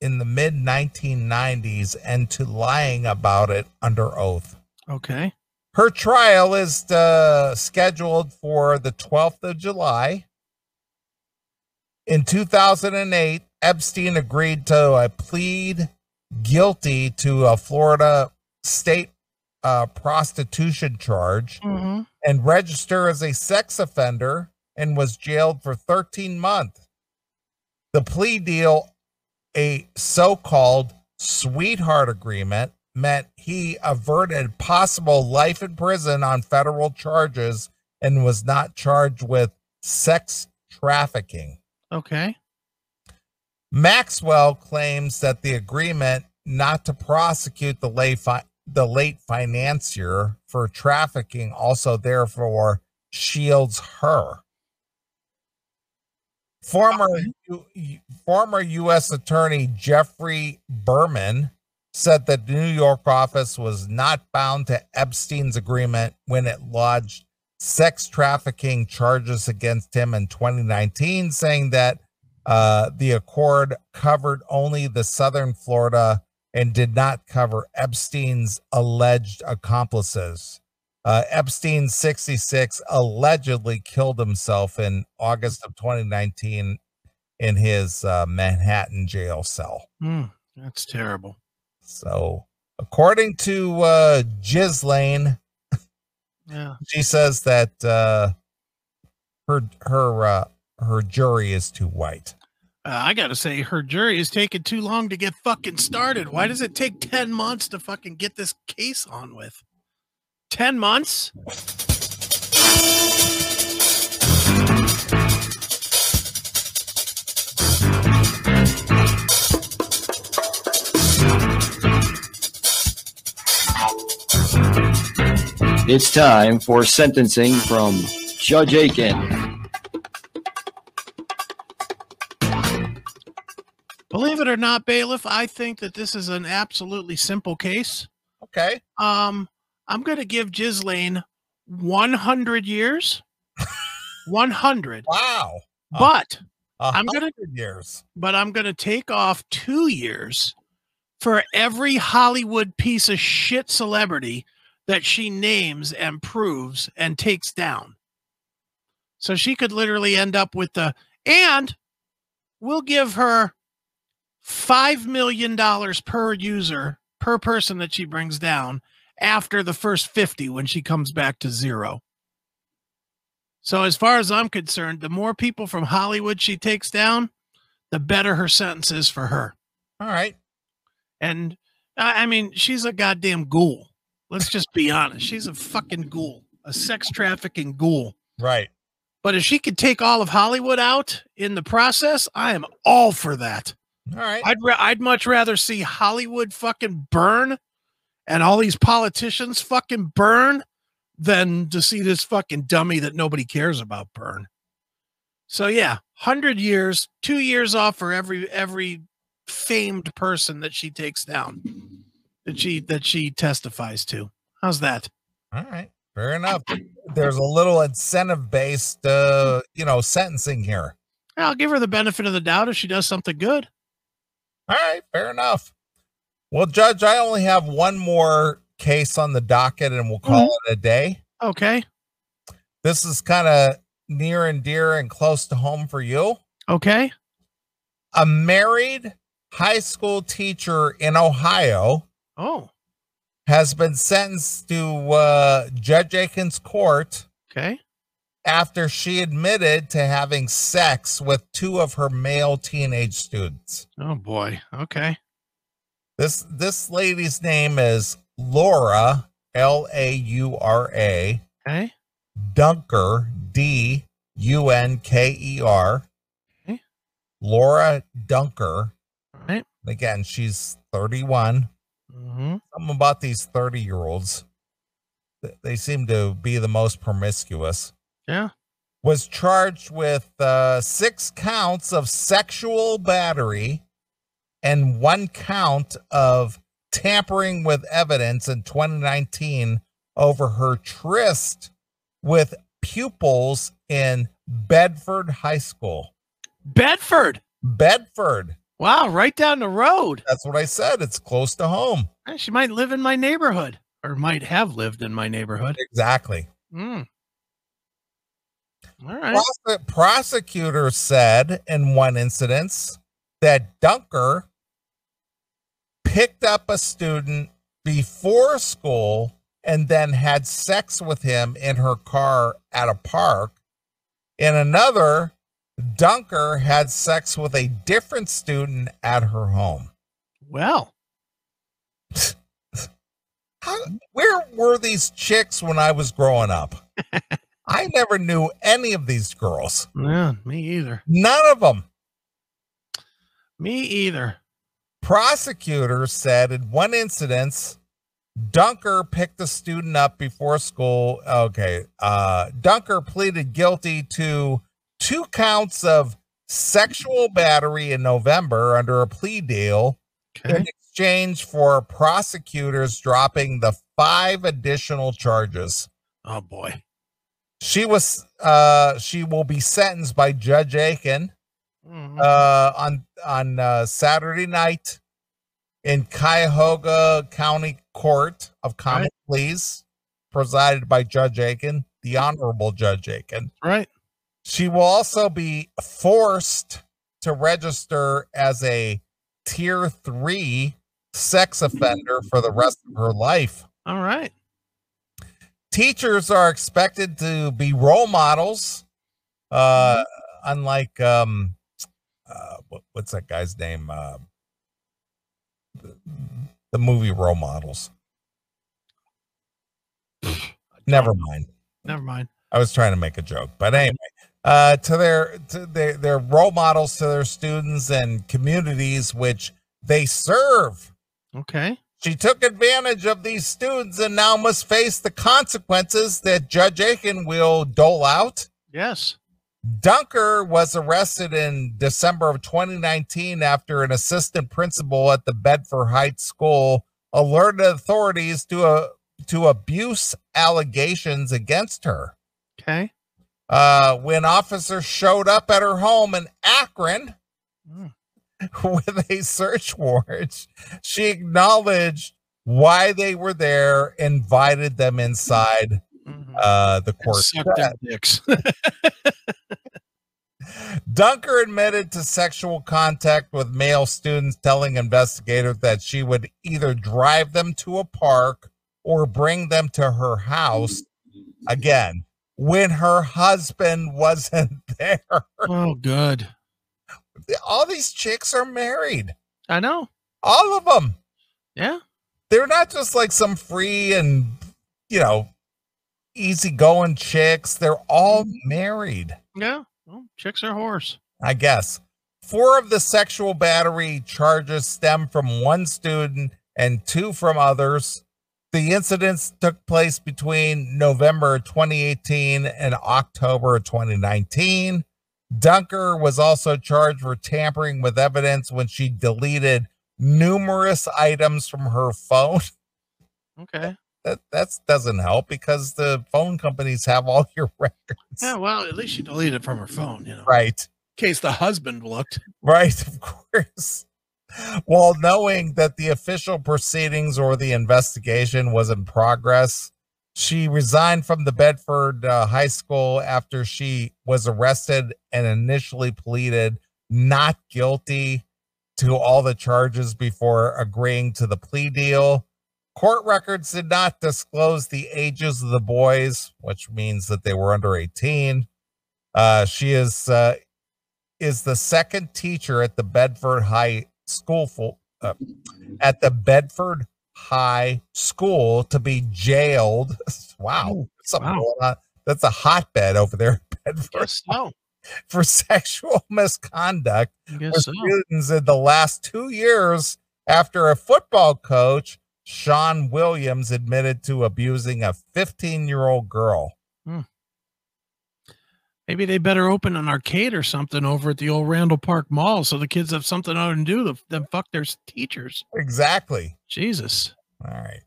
in the mid 1990s and to lying about it under oath.
Okay.
Her trial is uh, scheduled for the 12th of July. In 2008, Epstein agreed to uh, plead guilty to a Florida state uh, prostitution charge
Mm-hmm.
and register as a sex offender and was jailed for 13 months. The plea deal, a so called sweetheart agreement, meant he averted possible life in prison on federal charges and was not charged with sex trafficking.
Okay.
Maxwell claims that the agreement not to prosecute the late, fi- the late financier for trafficking also therefore shields her. Former U- U- former U.S. Attorney Jeffrey Berman said that the New York office was not bound to Epstein's agreement when it lodged sex trafficking charges against him in 2019, saying that Uh, the accord covered only the southern Florida and did not cover Epstein's alleged accomplices. Uh, Epstein 66 allegedly killed himself in August of 2019 in his uh, Manhattan jail cell.
Hmm, that's terrible.
So, according to uh, Ghislaine,
Yeah.
she says that uh, her her uh, her jury is too white.
Uh, I gotta say, her jury is taking too long to get fucking started. Why does it take 10 months to fucking get this case on with? 10 months?
It's time for sentencing from Judge Aiken.
Believe it or not, bailiff, I think that this is an absolutely simple case.
Okay,
Um, I'm gonna give Ghislaine 100 years. 100.
wow, Oh.
But
a
I'm gonna
hundred years.
but I'm going to take off two years for every Hollywood piece of shit celebrity that she names and proves and takes down. So she could literally end up with the, and we'll give her $5 million per user, per person that she brings down after the first 50 when she comes back to zero. So, as far as I'm concerned, the more people from Hollywood she takes down, the better her sentence is for her.
All right,
And I I mean, she's a goddamn ghoul. Let's just be honest. She's a fucking ghoul, a sex trafficking ghoul.
right.
But if she could take all of Hollywood out in the process, I am all for that.
All right.
I'd ra- I'd much rather see Hollywood fucking burn and all these politicians fucking burn than to see this fucking dummy that nobody cares about burn. So yeah, 100 years, 2 years off for every every famed person that she takes down that she that she testifies to. How's that?
All right. Fair enough. There's a little incentive based, uh, you know, sentencing here.
I'll give her the benefit of the doubt if she does something good.
All right. Fair enough. Well, Judge, I only have one more case on the docket and we'll call it a day.
Okay.
This is kind of near and dear and close to home for you.
Okay.
A married high school teacher in Ohio
Oh,
has been sentenced to uh, Judge Aiken's court
okay.
after she admitted to having sex with two of her male teenage students.
Oh boy. Okay.
This this lady's name is Laura L A U R A
Okay.
Dunker D U N K E R.
Okay.
Laura Dunker.
All right.
Again, she's 31.
Mhm.
Something about these 30 year olds. They seem to be the most promiscuous.
Yeah.
was charged with uh, six counts of sexual battery and one count of tampering with evidence in 2019 over her tryst with pupils in Bedford High School.
Bedford.
Bedford.
Wow, right down the road.
That's what I said. It's close to home.
Eh, She might live in my neighborhood or might have lived in my neighborhood.
Exactly.
Mm. All right.
Prose- prosecutor said in one incident that Dunker picked up a student before school and then had sex with him in her car at a park. In another, Dunker had sex with a different student at her home.
Well,
How, where were these chicks when I was growing up? I never knew any of these girls.
yeah, me either.
None of them.
Me either.
Prosecutor said in one incident, Dunker picked the student up before school. Okay. Uh, Dunker pleaded guilty to two counts of sexual battery in November under a plea deal
Okay.
in exchange for prosecutors dropping the five additional charges.
Oh boy.
She was uh she will be sentenced by Judge Aiken
Mhm.
uh, on on uh, Saturday night in Cuyahoga County Court of Common
Right.
Pleas, presided by Judge Aiken, the Honorable Judge Aiken.
right.
She will also be forced to register as a Tier Three sex offender for the rest of her life.
All right.
Teachers are expected to be role models, uh, unlike um, uh, what, what's that guy's name? Uh, the, the movie Role Models. Never mind.
Never mind.
I was trying to make a joke, but anyway, uh, to their to their their role models to their students and communities which they serve.
Okay.
She took advantage of these students and now must face the consequences that Judge Aiken will dole out.
Yes.
Dunker was arrested in December of 2019 after an assistant principal at the Bedford Heights School alerted authorities to a to abuse allegations against her.
Okay.
Uh, when officers showed up at her home in Akron
Mm.
*laughs* with a search warrant, she acknowledged why they were there, invited them inside
Mhm.
uh, the
And
court.
suck their
*laughs*
dicks.
Dunker admitted to sexual contact with male students, telling investigators that she would either drive them to a park or bring them to her house again when her husband *laughs* wasn't there.
oh, good.
All these chicks are married,
I know.
all of them.
Yeah.
They're not just like some free and, you know, easygoing chicks. They're all married.
Yeah. Well, chicks are whores.
I guess. Four of the sexual battery charges stem from one student and two from others. The incidents took place between November 2018 and October 2019. Dunker was also charged for tampering with evidence when she deleted numerous items from her phone.
Okay.
That that's doesn't help because the phone companies have all *laughs* your records.
Yeah. Well, at least she deleted it from her phone, you know,
Right.
in case the husband looked.
Right, *laughs* of course. While knowing that the official proceedings or the investigation was in progress, she resigned from the Bedford uh, High School after she was arrested and initially pleaded not guilty to all the charges before agreeing to the plea deal. Court records did not disclose the ages of the boys, which means that they were under 18. Uh, she is uh, is the second teacher at the Bedford High School fo- uh, at the Bedford High School to be jailed. *laughs* Wow, something
wow.
going on. That's a hotbed over there, *laughs* in Bedford,
Guess so.
for *laughs* sexual misconduct
Guess
with
so.
students in the last two years after a football coach, Sean Williams, admitted to abusing a 15 year old girl.
Maybe they better open an arcade or something over at the old Randall Park Mall so the kids have something out and do th- than fuck their s- teachers.
Exactly.
Jesus.
All right.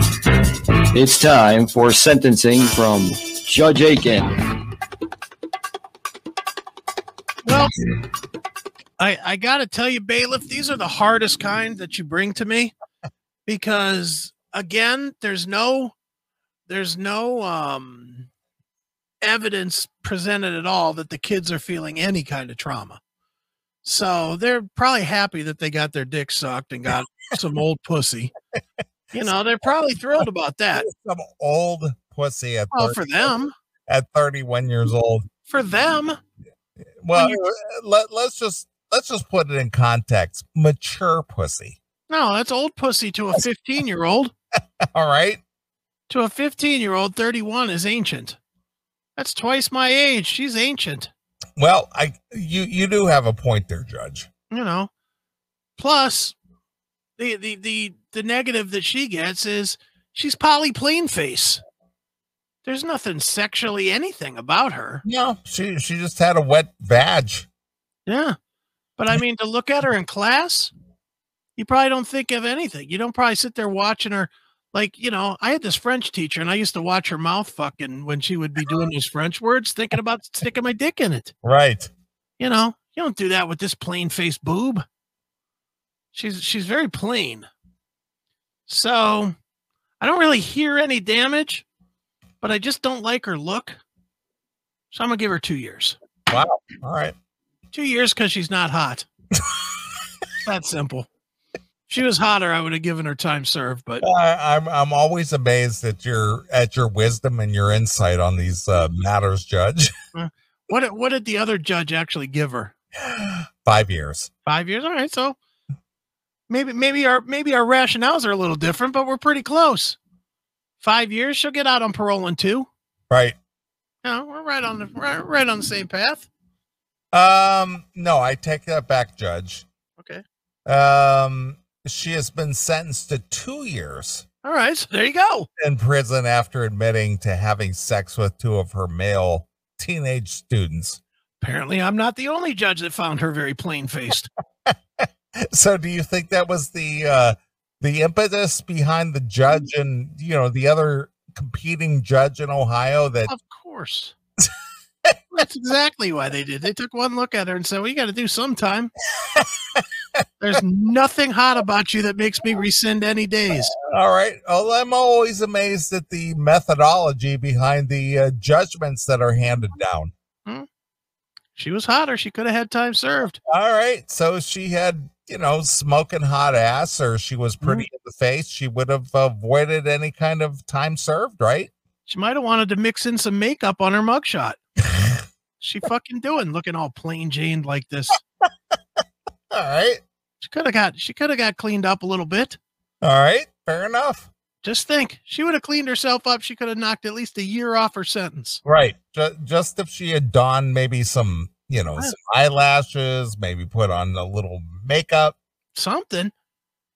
It's time for sentencing from Judge Aiken.
Well, I I gotta tell you, bailiff, these are the hardest kind that you bring to me because again, there's no there's no um evidence presented at all that the kids are feeling any kind of trauma. So they're probably happy that they got their dick sucked and got some old pussy. You know, they're probably thrilled about that.
Some old pussy at,
Uh, Well,
30
for them,
at 31 years old.
for them,
Well,
you-
uh, let, let's just let's just put it in context. Mature pussy. *laughs*
no, that's old pussy to a 15 year old.
All right.
To a 15 year old, 31 is ancient. That's twice my age. She's ancient,
Well, I you you do have a point there, Judge.
you know. Plus, the the the, the negative that she gets is she's Polly Plain Face. There's nothing sexually anything about her.
No, she she just had a wet vag.
Yeah. But I mean, to look at her in class, you probably don't think of anything. You don't probably sit there watching her. Like, you know, I had this French teacher and I used to watch her mouth fucking when she would be doing those French words, thinking about sticking my dick in it.
Right.
You know, you don't do that with this plain faced boob. She's she's very plain. So I don't really hear any damage, but I just don't like her look. So I'm gonna give her two years.
All right.
Two years because she's not hot. that simple. If she was hotter, I would have given her time served, but
I, I'm I'm always amazed at your at your wisdom and your insight on these uh, matters, Judge. *laughs*
what did- what did the other judge actually give her?
Five years.
Five years? All right, so maybe maybe our maybe our rationales are a little different, but we're pretty close. Five years, she'll get out on parole in two.
Right.
No, we're right on the right, right on the same path.
Um. No, I take that back, Judge.
Okay.
Um. She has been sentenced to two years
All right, so there you go.
in prison after admitting to having sex with two of her male teenage students.
Apparently, I'm not the only judge that found her very plain faced.
So, do you think that was the uh, the impetus behind the judge and you know the other competing judge in Ohio that
of course. That's exactly why they did. They took one look at her and said, "We got to do sometime." There's nothing hot about you that makes me rescind any days.
All right. Well, I'm always amazed at the methodology behind the uh, judgments that are handed down.
She was hotter. She could have had time served.
All right. So she had, you know, smoking hot ass or she was pretty in the face. She would have avoided any kind of time served, right?
She might have wanted to mix in some makeup on her mugshot. She fucking doing looking all plain Jane like this.
All right.
She could have got she could have got cleaned up a little bit.
All right. Fair enough.
Just think, she would have cleaned herself up. She could have knocked at least a year off her sentence.
Right. Ju- just if she had donned maybe some, you know,
Right.
some eyelashes, maybe put on a little makeup.
Something,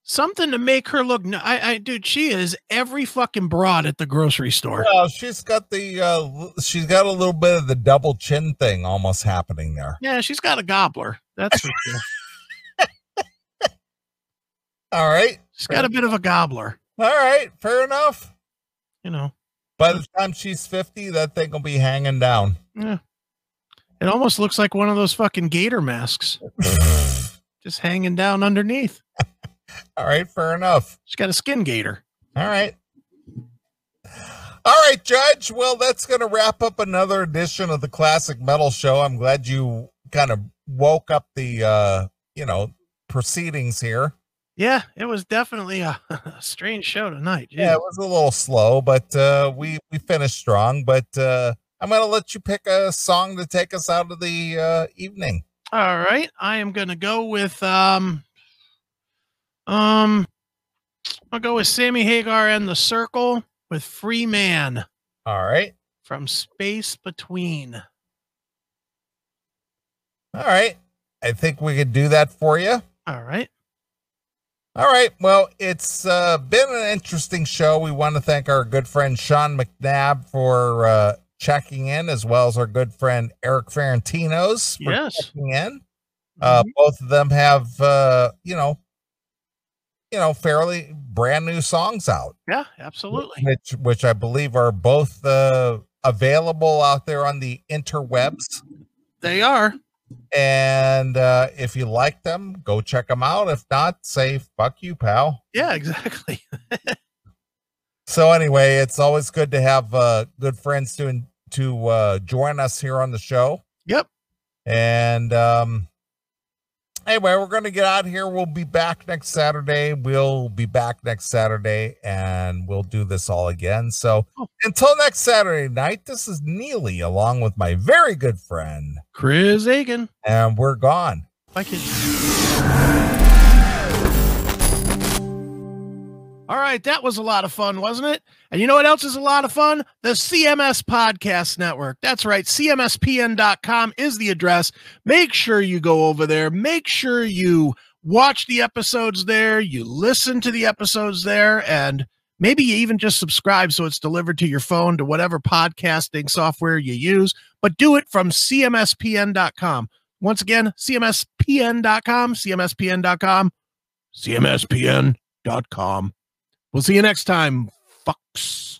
something to make her look. n- I, I, dude, she is every fucking broad at the grocery store.
Well, she's got the, uh, l- she's got a little bit of the double chin thing almost happening there.
Yeah, she's got a gobbler. That's for sure.
All right.
She's got a bit of a gobbler.
All right, fair enough.
You know,
By the time she's 50, that thing will be hanging down.
yeah. It almost looks like one of those fucking gator masks, just hanging down underneath.
All right, fair enough.
She's got a skin gator.
All right. All right, Judge. Well, that's going to wrap up another edition of the Classic Metal Show. I'm glad you kind of woke up the, uh, you know, proceedings here.
Yeah, it was definitely a, *laughs* strange show tonight.
Yeah, it was a little slow, but uh, we we finished strong. But uh, I'm going to let you pick a song to take us out of the uh, evening.
All right, I am gonna go with um, um, I'll go with Sammy Hagar and the Circle with Free Man
All right.
from Space Between.
All right. I think we could do that for you.
All right,
All right. Well, it's uh, been an interesting show. We want to thank our good friend Sean McNabb for uh, checking in, as well as our good friend Eric Ferentinos for
yes, Mm-hmm.
checking in. Uh, Both of them have, uh, you know, you know, fairly brand new songs out,
yeah, *laughs* absolutely.
which which I believe are both uh, available out there on the interwebs.
They are.
And uh, if you like them, go check them out. If not, say fuck you, pal.
Yeah, exactly. *laughs*
So anyway, it's always good to have uh, good friends to to uh, join us here on the show.
Yep.
And um, anyway, we're going to get out here. We'll be back next Saturday. We'll be back next Saturday, and we'll do this all again. So
Oh.
until next Saturday night, this is Neely along with my very good friend,
Chris Aiken.
and we're gone.
Bye, kids. All right, that was a lot of fun, wasn't it? And you know what else is a lot of fun? The CMS Podcast Network. That's right. CMSPN.com is the address. Make sure you go over there. Make sure you watch the episodes there. You listen to the episodes there. And maybe you even just subscribe so it's delivered to your phone to whatever podcasting software you use. But do it from CMSPN.com. Once again, CMSPN.com cmspn.com, cmspn.com, cmspn.com. We'll see you next time, fucks.